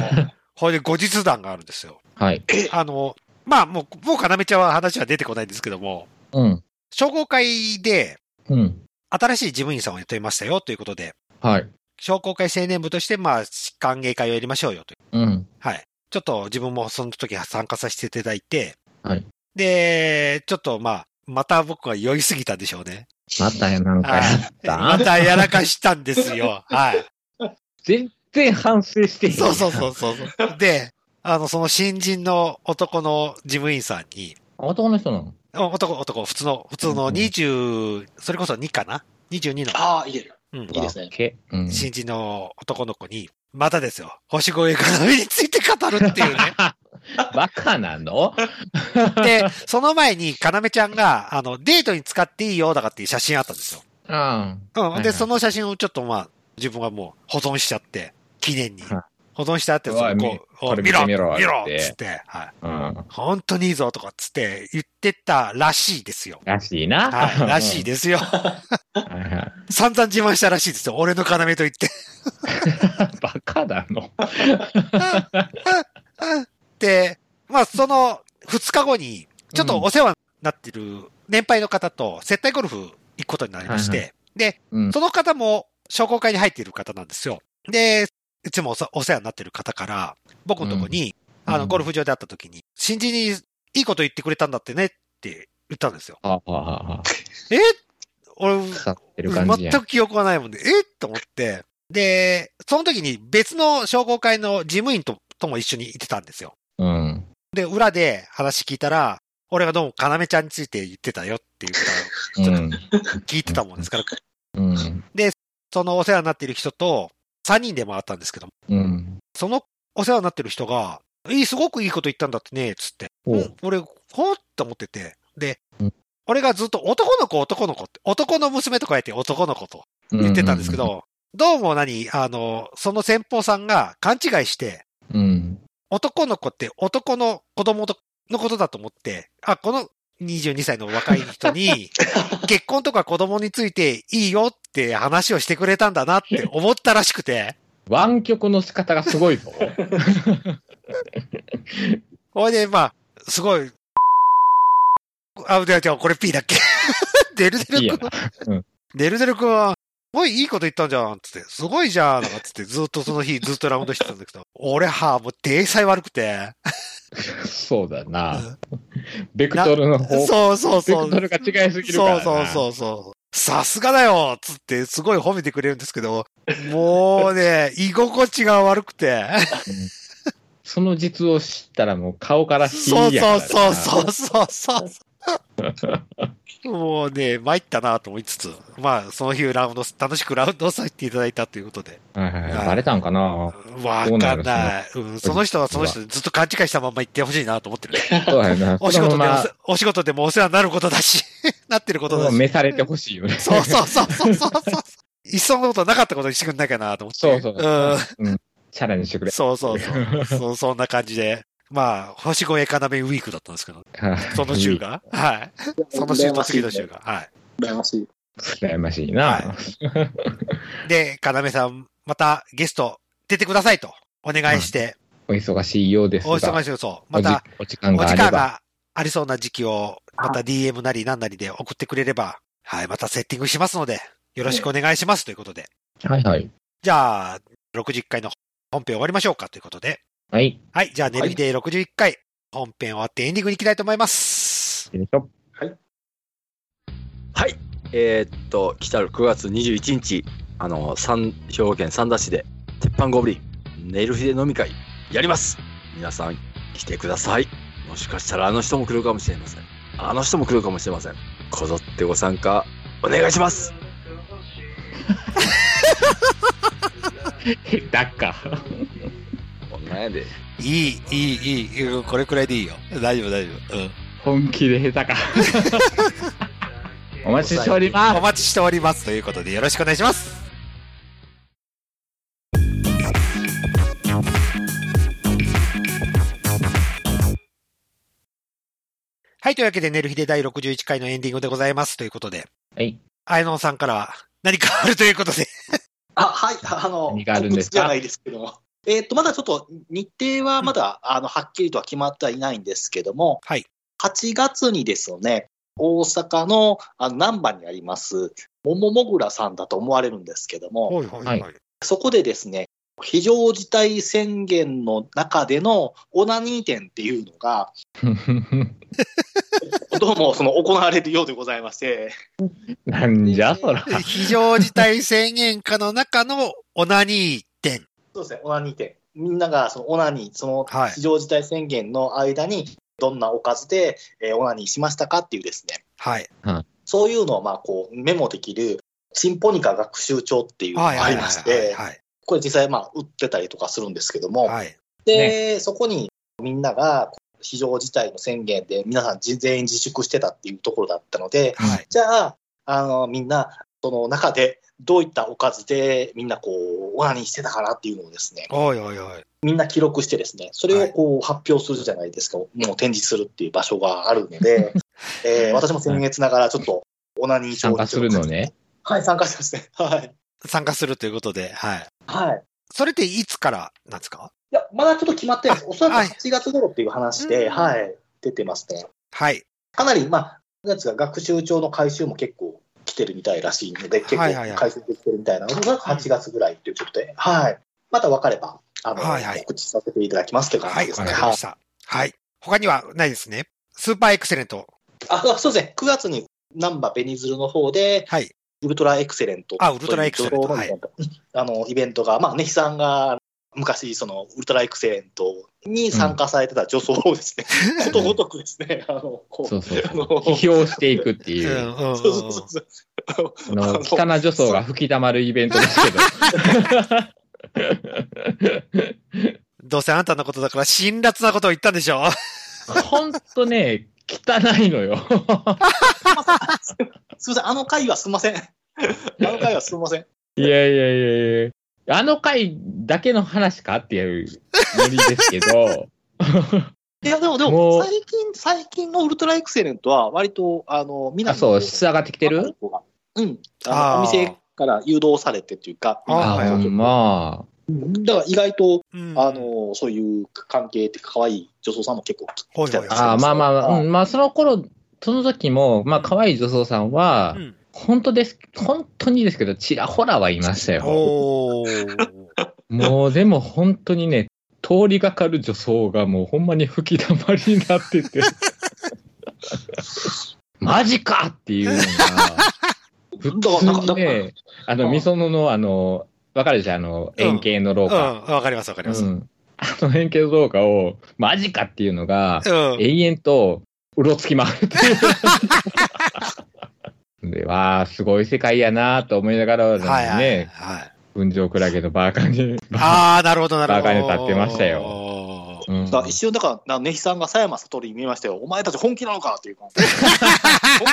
S1: ほいで後日談があるんですよ。
S2: はい。
S1: あの、まあもう、もうかなめちゃんは話は出てこないんですけども、
S2: うん。
S1: 商工会で
S2: うん。
S1: 新しい事務員さんを雇いましたよということで、
S2: はい。
S1: 商工会青年部として、まあ、歓迎会をやりましょうよという。
S2: うん。
S1: はい。ちょっと自分もその時参加させていただいて、
S2: はい。
S1: で、ちょっとまあ、また僕は酔いすぎたんでしょうね。
S2: またやなんかや
S1: ま
S2: った。
S1: たやらかしたんです よ。はい。
S2: 全然反省してへん。
S1: そうそうそうそうそう。で、あの、その新人の男の事務員さんに、
S2: 男の人なの
S1: お男、男、普通の、普通の20、それこそ2かな ?22 の、
S3: ああ、いいです。
S1: うん
S3: いいですね。
S2: け。うん。
S1: 新人の男の子に、またですよ、星越エコノミーについて語るっていう ね。
S2: バカなの
S1: で、その前に、かなめちゃんが、あの、デートに使っていいよ、だからっていう写真あったんですよ。
S2: あ
S1: うん。
S2: はいは
S1: で、
S2: い
S1: その写真をちょっとまあ、自分がもう保存しちゃって、記念に。
S2: はい
S1: 保存してあって、
S2: う
S1: そ
S2: わ
S1: こ
S2: み
S1: を、
S2: こ
S1: 見
S2: れ
S1: ろ、見
S2: 見てみ
S1: ろ
S2: ろ、って
S1: つって、はい。
S2: あ。うん。
S1: 本当にいいぞとかっつって言ってたらしいですよ。
S2: らしいな。
S1: はい、らしい
S2: で。
S1: ですよ。
S2: はいはい
S1: 散々自慢したらしいですよ。俺の要と言って。
S2: バカなの
S1: で、まあその2日後に、ちょっとお世話になってる年配の方と接待ゴルフ行くことになりまして、
S2: は
S1: で、
S2: うん。
S1: その方も商工会に入っている方なんですよ。で、いつもお世お世話になってる方から、僕のとこに、
S2: うん
S1: あの、ゴルフ場で会った時に、新人にいいこと言ってくれたんだってねって言ったんですよ。
S2: ああ、ああ、ああ、
S1: え俺、
S2: 腐ってる感じ
S1: 全
S2: やん。
S1: く記憶がないもんで、えと思って。で、その時に別の商工会の事務員ととも一緒にいてたんですよ。
S2: うん。
S1: で、裏で話聞いたら、俺がどうも、かなめちゃんについて言ってたよっていう
S2: う
S1: ことを
S2: ん。
S1: 聞いてたもんですから、
S2: うん。
S1: そのお世話になっている人と3人で回ったんですけども、
S2: うん。
S1: そのお世話になってる人が、いい、すごくいいこと言ったんだってね、つって。
S2: お
S1: うん俺、ほーって思ってて。で
S2: うん、
S1: 俺がずっと男の子、男の子って、男の娘と書いて男の子と言ってたんですけ。ど、どうも何、あの、その先方さんが勘違いして、
S2: うん。
S1: 男の子って男の子供のことだと思って、あ、この22歳の若い人に、結婚とか子供についていいよって話をしてくれたんだなって思ったらしくて、
S2: 湾曲の仕方がすごいぞ。
S1: ほいで、まあ、すごい、あ、じゃじゃこれ P だっけ デルデ
S2: いい
S1: ル
S2: や
S1: 君
S2: な。
S1: デルデル君は、すごいいいこと言ったんじゃん、つって。すごいじゃん、とかつって、ずっとその日、ずっとラウンドしてたんだけど、俺は、もう、体裁悪くて。
S2: そうだな。ベクトルの方向
S1: そうそう
S2: ベ
S1: そ
S2: クト
S1: う。
S2: ルが違いすぎる
S1: そ
S2: か
S1: う
S2: らな。
S1: そうそうそう。さすがだよつって、すごい褒めてくれるんですけど、もうね、 居心地が悪く て。
S2: その実を知ったらもう顔から火
S1: そう
S2: や
S1: そう
S2: から
S1: そ
S2: な
S1: うそうそうそう。もうね、参ったなと思いつつ、まあ、その日ラウンド、楽しくラウンドさせていただいたということで。
S2: はいはいはいバレたんかな
S1: わ
S2: ど
S1: かん
S2: うなるんです
S1: な
S2: か
S1: い。うん、その人はその人でずっと勘違いしたまんま行ってほしいなと思って る。
S2: そうやな。
S1: お仕事
S2: こ
S1: で
S2: の
S1: お
S2: ま
S1: 世、お仕事でもお世話になることだし、 なってることだ
S2: ま
S1: し。
S2: 召されてほしいよね。
S1: そうそうそうそうそうそう。いっそのことなかったことにしてくんないかなと思って。
S2: そうそう。
S1: ん
S2: うんチャレンジしてくれ。
S1: そうそうそう。そう、そんな感じで。まあ、星越えかなめウィークだったんですけど、その週が。はい。その週と次の週が。は
S3: 羨ましい。
S2: 羨ましいな。
S1: い。で、かなめさん、またゲスト出てくださいとお願いして、
S2: お忙しいようです
S1: お忙
S2: が
S1: し、いそう。
S2: お
S1: ま
S2: じ
S1: た、
S2: お時
S1: お
S2: 間があ
S1: 時
S2: れ
S1: 間
S2: ば。
S1: がありそうな時期を、また DM なり何なりで送ってくれれば、はい、またセッティングしますので、よろしくお願いしますということで。
S2: はいはい。
S1: じゃあ、60回の本編終わりましょうかということで。
S2: はい。
S1: はい、じゃあ、寝る日で61回、本編終わってエンディングに行きたいと思います。
S2: よいしょ
S4: はい。えーっと、来たる9月21日、あの、三、兵庫県三田市で、鉄板ゴブリン、ネルフィで飲み会、やります皆さん、来てください。もしかしたらあの人も来るかもしれません。あの人も来るかもしれません。こぞってご参加、お願いし ます
S2: 下手か。
S4: こんなんやで。
S1: いい、いい、いいうん。これくらいでいいよ。大丈夫、大丈夫。うん。
S2: 本気で 下手か。お待ちしております
S1: お。待ちしております。ということで、よろしくお願いします。はい。というわけで、寝る日で第61回のエンディングでございます。ということで、
S2: はい。
S1: あやのんさんから何かあるということで。
S3: あ、はい、あの、
S2: 何があるんですか
S3: 告知じゃないですけども。えっ、と、まだちょっと日程はまだ、あの、はっきりとは決まってはいないんですけども、
S1: はい。
S3: 8月にですね、大阪のあの難波にあります、もももぐらさんだと思われるんですけども、
S1: はいはい
S2: はいは
S3: そこでですね、非常事態宣言の中でのオナニー展っていうのが、どうもその行われるようでございまして、
S2: なんじゃそら。
S1: 非常事態宣言下の中のオナニー点。
S3: そうですね、オナニー展。みんながそのオナニー、その
S1: はい
S3: 非常事態宣言の間に、どんなおかずで、えーオナニーしましたかっていうですね、
S1: はい。
S3: そういうのをまあこうメモできる、シンポニカ学習帳っていうの
S1: はい
S3: があ
S1: はい
S3: り
S1: はい
S3: まし
S1: はい
S3: て、
S1: はい。
S3: これ実際まあ売ってたりとかするんですけども、
S1: はい。
S3: で、そこにみんなが非常事態の宣言で皆さんじ全員自粛してたっていうところだったので、
S1: はい。
S3: じゃあ、あのみんなその中でどういったおかずでみんなこう、オナニーしてたかなっていうのをですね、
S1: おいおいおい。
S3: みんな記録してですね、それをこう発表するじゃないですか、もう展示するっていう場所があるの で、えー私も先月ながらちょっとオナニー帳
S2: 参
S3: に
S2: 加するのね。
S3: はい、参加しますね。はい。
S1: 参加するということで、はい。
S3: はい。
S1: それっていつからなんですか
S3: いや、まだちょっと決まってないです。おそら
S1: はい
S3: く8月頃っていう話で、
S1: うん
S3: はい、出てますね。
S1: はい。
S3: かなり、まあ、なんつうか、学習帳の回収も結構来てるみたいらしいので、結
S1: はいはいは
S3: 構
S1: い
S3: 回収できてるみたいなのが8月ぐらいということで、はい。また分かれば、あの、
S1: はいはい
S3: 告知させていただきますという感
S1: はい、
S3: じで
S1: わ
S3: す
S1: か
S3: ね。
S1: り
S3: は
S1: ま
S3: い
S1: し。た。はい。他にはないですね。スーパーエクセレント。
S3: あ、そうですね。9月に、ナンバベニズルの方で、
S1: はい。
S3: ウルトラエクセレントという。
S1: あウルトラエクセレントはい
S3: あの、イベントが、まあ、ネヒさんが、昔、その、ウルトラエクセレントに参加されてた女装をです ね、ことごとくですね、あの、こう、
S2: そうそうそう
S3: あの
S2: 批評していくって
S1: うん
S2: いうう、
S1: んうんうん
S3: そうそうそうそう。
S2: あの、汚な女装が吹き溜まるイベントですけど。
S1: どうせあんたのことだから辛辣なことを言ったんでしょ
S2: ほんとね、汚いのよ。
S3: すみません、あの回はすみ ません。あの回はすみません。
S2: いやいやいやいや。あの回だけの話かっていうノリです けど、
S3: いや、でも、で
S2: も
S3: も、
S2: う
S3: 最近、最近のウルトラエクセレントは、割と、あの、みんな
S2: あ、
S3: の
S2: そう、質上がってきてる
S3: うん。あ
S1: あー
S3: のお店から誘導されてっていうか、
S1: あ
S2: あ
S1: はい
S2: ほんま
S3: うんだから意外と、
S1: うん
S3: あの、そういう関係って可愛い女装さんも結構来
S1: はいはい
S3: 来たりして
S2: あ。あまあまあ、うん、まあその頃、その時も、まあ可愛い女装さんは、
S1: うん
S2: 本当です、本当にですけど、ちらほらはいましたよ。
S1: おー。
S2: もうでも本当にね、通りがかる女装がもうほんまに吹き溜まりになっ てて、マジかっていうのが、普
S3: だからなんか
S2: 通にね、あの、みそのの、あの、わかるじゃん、あの、
S1: うん
S2: 円形の
S1: う
S2: 廊
S1: ん、
S2: 下。
S1: わかりますわかり
S2: う
S1: ます。うん。
S2: ん。あの円形の廊下を、マジかっていうのが、 永遠と、うろつき回る っていう。で、わあ、すごい世界やなと思いながら、ね、
S1: はいはい、はい。
S2: 群青クラゲのバーカー に、
S1: ああ、なるほどなるほど。
S2: バカに立ってましたよ
S1: おー。
S2: うん
S3: だから一瞬、だから、なネヒさんが佐山悟りに見えましたよ。お前たち本気なのかっていう感 じ。本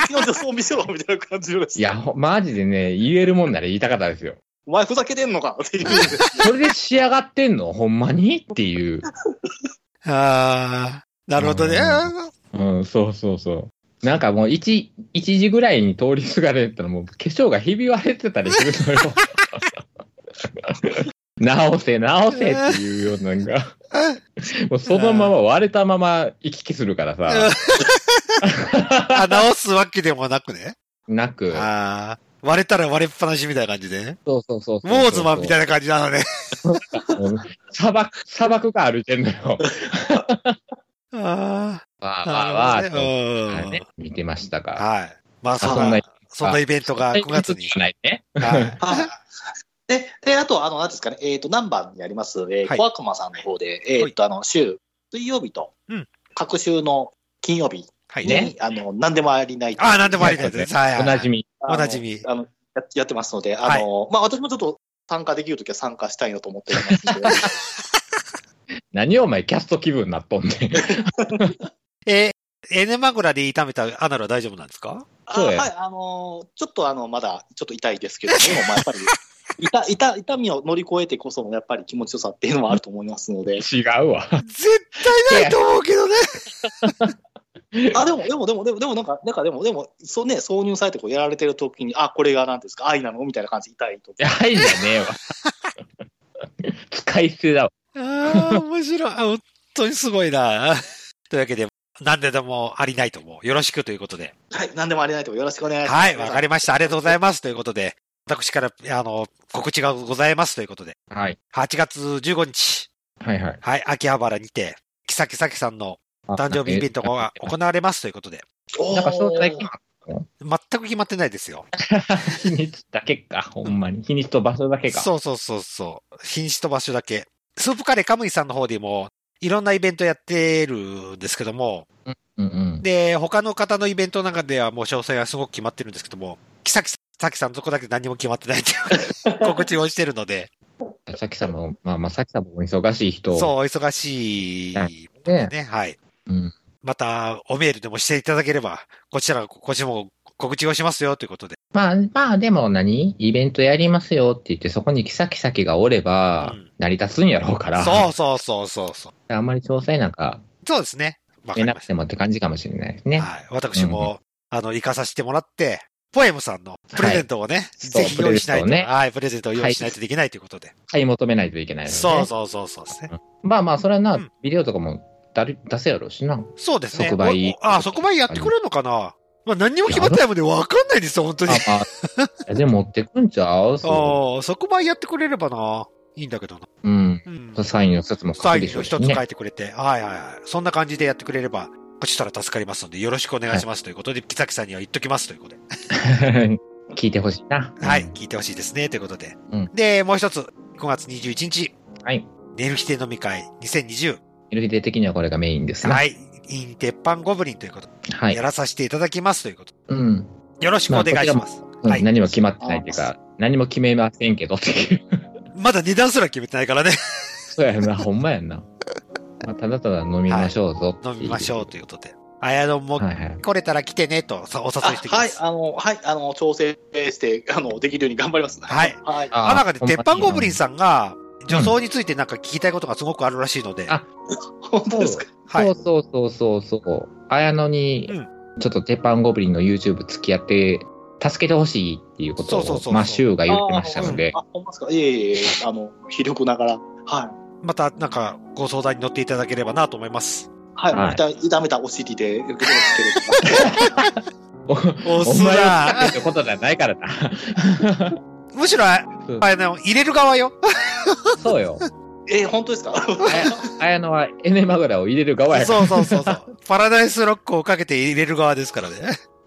S3: 気の女装見せろみたいな感じです。
S2: いや、ほマジでね、言えるもんなら言いたかったですよ。
S3: お前ふざけてんのか っていう。
S2: それで仕上がってんのほんまにっていう。
S1: ああ、なるほどね。
S2: うんうん、そうそうそう。なんかもう1、一時ぐらいに通りすがれたらもう化粧がひび割れてたりするの よ。直せ、直せっていうようなのが。もうそのまま割れたまま行き来するからさ、
S1: あ、直すわけでもなくね。
S2: なく。
S1: ああ、割れたら割れっぱなしみたいな感じでね。
S2: そうそうそうそう。
S1: ウォーズマンみたいな感じなのね。
S2: うん砂漠、砂漠が歩いてんのよ。
S1: あ
S2: わ
S1: あ、
S2: あわあわあ
S1: なるほど
S2: と
S1: ね
S2: はいね見てました
S1: うん。
S2: が。
S1: はい。まあ、そ
S2: あそ
S1: ん
S2: ん
S1: な
S2: な、
S1: そんなイベントが9月に
S2: じ。ゃないね。
S1: はい
S3: はいで、で、あと、あの、なんですかね、えっ、と、何番にあります、えー
S1: はい
S3: 小悪魔さんの方で、えっ、と、あの、週、水曜日と
S1: うん、
S3: 各週の金曜日
S1: はい。
S3: に、
S1: ね。
S3: あの、何でもありない。
S1: ああ、なんでもありだよね。はいはい。
S2: おなじみ。
S3: あの
S1: おなじみ
S3: あのや、やってますので、あの、まあ、私もちょっと参加できるときは参加したいなと思っております
S2: 何をお前キャスト気分になっとんね ん。
S1: えー、エネマグラで炒めたアナルは大丈夫なんですか
S2: そう
S3: のであ
S2: や
S3: はい、あの、ちょっとあの、まだ、ちょっと痛いですけど、でも、まあ、やっぱ り、痛、痛、痛みを乗り越えてこその、やっぱり気持ちよさっていうのもあると思いますの で。
S2: 違うわ。
S1: 絶対ないと思うけどね。
S3: あ、でも、でも、でも、でも、でも、なんか、なんか、でも、でも、そうね、挿入されてこうやられてるときに、あ、これが何ですか、愛なのみたいな感じ、痛いとか。
S2: 愛じゃねえわ。 使い捨てだわ。
S1: ああ、面白い。あ本当にすごいな。 というわけで、何ででもありないと思う。よろしくということで。
S3: はい、何でもありないとよろしくお願いします。
S1: はい、わかりました。ありがとうございます。ということで、私から、あの、告知がございますということで、
S2: はい。
S1: 8月15日、
S2: はいはい。
S1: はい、秋葉原にて、キサキサキさんの誕生日イベントが行われますということで、
S3: おー。
S2: なんか招待期
S1: 全く決まってないですよ。
S2: 日にちだけか、ほんまに。日にちと場所だけか。
S1: そうそうそうそう。日にちと場所だけ。スープカレーカムイさんの方でも、いろんなイベントやってるんですけども、
S2: うんうん。
S1: で、他の方のイベントの中ではもう詳細はすごく決まってるんですけども、キサキサキさんのとこだけ何も決まってないっていう 告知をしてるので、
S2: さきさんも、まあまあ、さきさんもお忙しい人。
S1: そう、お忙しいのでね、はい。
S2: うん。
S1: また、おメールでもしていただければ、こちら、こっちも告知をしますよということで。
S2: まあ、まあ、でも何イベントやりますよって言って、そこにキサキサキがおれば
S1: うん、
S2: 成り立つんやろうから。
S1: そうそうそうそうそう。
S2: あんまり詳細なんか
S1: そうですね。わか
S2: 出
S1: り
S2: な
S1: ま
S2: く
S1: して
S2: もって感じかもしれないです
S1: た。
S2: ね。
S1: はい。私も、あの、行かさせてもらって、ポエムさんのプレゼントをね、
S2: そう
S1: ぜひ用意しないと、
S2: プレゼントをね
S1: はい、プレゼントを用意しないとできないということで。
S2: 買い求めないといけないのでね。
S1: そうそうそうそうですね。
S2: まあまあ、それは
S1: う、
S2: なんビデオとかもだる出せやろうしな。
S1: そうですね。
S2: 即売
S1: おおあ、即売やってくれるのかなまあ、何にも決まってないもんで、わかんないですよ、本当に。
S2: あ あ、でも持ってくんちゃうそ
S1: ああ、即売やってくれればな、いいんだけどな。
S2: う。うん。
S1: うん。
S2: サインの一つも書
S1: サ
S2: く
S1: イ
S2: で
S1: ン
S2: しょ
S1: の
S2: うし
S1: 一つ書
S2: ね。
S1: いてくれて、はいはいはい。そんな感じでやってくれればこちとら助かりますので、よろしくお願いしますということで、木崎さんには言っときますということで。
S2: 聞いてほしいな。
S1: はい、聞いてほしいですね、ということで。
S2: うん
S1: で、もう一つ、5月21日、
S2: はい。
S1: 寝る日で飲み会2020、
S2: エルフィデ的にはこれがメインですね。。
S1: はいい、イン鉄板ゴブリンということで、
S2: はい
S1: や。らさせていただきますということで。
S2: うん。
S1: よろしくお願いします。
S2: うん
S1: はい
S2: 何も決まってないっていうか、何も決めませんけどっ ていう。
S1: まだ値段すら決めてないからね。
S2: そうやな、ほんまやな。まあ、ただただ飲みましょうぞ、
S1: 飲みましょう
S2: と
S1: ということで。あやどんも
S2: はいはい。
S1: 来れたら来てねとさお
S3: あ
S1: 誘いしてきま
S3: はい、
S1: す。
S3: あの、はい、あの、調整して、あの、できるように頑張ります。
S1: はい。
S3: はい。
S1: あ、なんかね、鉄板ゴブリン
S2: さ
S1: さんが、女装についてなんか聞きたいことがすごくあるらしいので、
S2: あ
S3: 本当ですか。
S1: は
S2: そ
S1: い。
S2: うそうそうそうそう。綾野に
S1: うん、
S2: ちょっと鉄板ゴブリンの YouTube 付き合って、助けてほしいっていうこと
S1: そうそうそうそ
S2: を、
S1: う
S2: マッシューが言ってましたので、
S3: あ、ほんまですか。いえいえいえ、あの、非力ながら。はい。
S1: またなんかご相談に乗っていただければなと思います。
S3: はい。
S2: はい
S3: 痛痛めたお尻で受け止めてくれる。
S2: お
S1: お
S2: お
S1: す
S2: 前は
S1: ら、
S2: ってことじゃないからな。
S1: むしろあ、
S2: そう
S1: あの、入れる側よ。
S2: そ うよ。
S3: えー、本当ですか
S2: 綾野はエネマグラを入れる側やから。
S1: そうそうそうそう。パラダイスロックをかけて入れる側ですからね。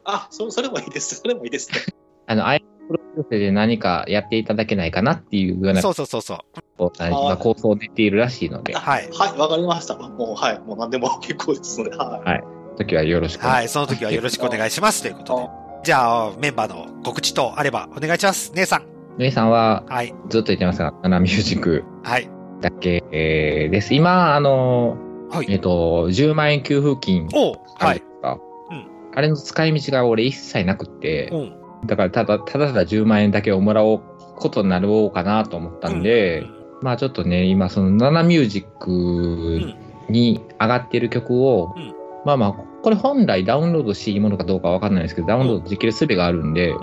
S3: あ、そ、それもいいです。それもいいですね。
S2: あの、綾野プロデュースで何かやっていただけないかなっていうような
S1: そうそうそうそう。
S2: こう
S3: はい
S2: 今構想出ているらしいので、
S1: はい。
S3: はい、わかりました。もう、はい。もう何でも 結構ですので、はい。
S2: 時はよろしく。
S1: はい、その時はよろしくお願いしますということで。じゃあ、メンバーの告知等あればお願いします。姉さん。
S2: 姉さんは
S1: はい。
S2: ずっと言ってますが、ナナミュージック
S1: はい。
S2: だけです。今、あの、
S1: は
S2: えっ
S1: い。
S2: と、10万円給付金
S1: おう
S2: あ
S1: は
S2: る
S1: い
S2: じ。ゃないですか。
S1: う
S2: あれの使い道が俺一切なくって
S1: う、ん。
S2: だからただただただ10万円だけをもらおうことになろうかなと思ったんで、まあちょっとね、今そのナナミュージッ
S1: うん、う
S2: ク
S1: ん。
S2: に上がってる曲を、
S1: うん
S2: まあまあ、これ本来ダウンロードしていいものかどうかわかんないですけど、ダウンロードできる術があるんで、
S1: うん。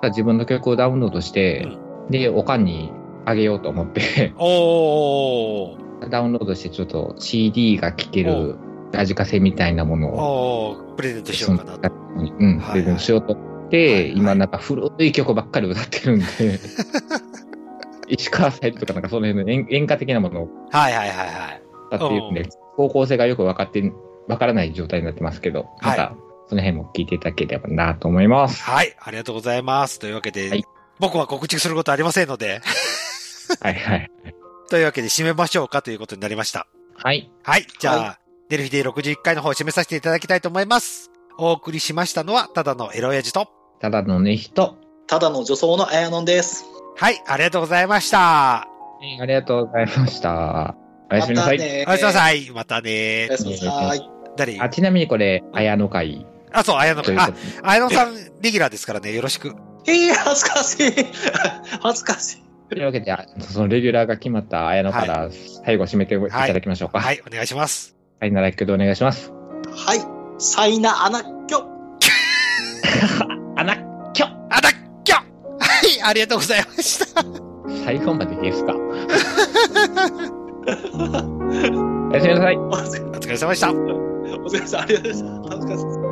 S2: ただ自分の曲をダウンロードして、で、おかんにあげようと思って、
S1: おー。
S2: ダウンロードしてちょっと CD が聴けるラジカセみたいなものを、
S1: おー。プレゼントしようかなと。
S2: うん、
S1: はい
S2: プレゼントしようと思って、
S1: はいはい
S2: 今なんか古い曲ばっかり歌ってるんで、 石川さゆりとかなんかその辺の演演歌的なものを
S1: はいはいはいはい。
S2: 歌っているんで、方向性がよく分かって、分からない状態になってますけど、またその辺も聞いていただければなと思います。
S1: はい。ありがとうございます。というわけで、
S2: はい
S1: 僕は告知することありませんので、
S2: はいはい。
S1: というわけで締めましょうかということになりました。
S2: はい。
S1: はい。じゃあ、
S3: は
S1: デルフィで61回の方を締めさせていただきたいと思います。お送りしましたのは、ただのエロやじと。
S2: ただのね、人。
S3: ただの女装のあやのんです。
S1: はい。ありがとうございました。
S2: ありがとうございました。おやすみなさい。
S1: おやすみな
S3: また
S1: さい。またね
S3: ねおや。すみなさい。
S1: 誰
S2: あちなみにこれ、綾野会
S1: あ、そう、綾野
S2: というこ
S1: あ
S2: と、で。
S1: 綾野さん、レギュラーですからね。よろしく。
S3: えー、恥ずかしい。恥ずかしい。
S2: というわけで、あそのレギュラーが決まった綾野から最後締めていただきましょうか。
S1: は
S2: はい。
S1: い。お願いします。
S2: はい、ならけどお願いします。
S3: はい。サイナアナキョ。
S2: あな、
S1: あだっきょはい。ありがとうございました。
S2: 最後までですか。 おやすみなさい。
S3: お疲れ
S1: お疲れ様でした。
S3: お疲れ様でした。ありがとうございました。恥ずかしい。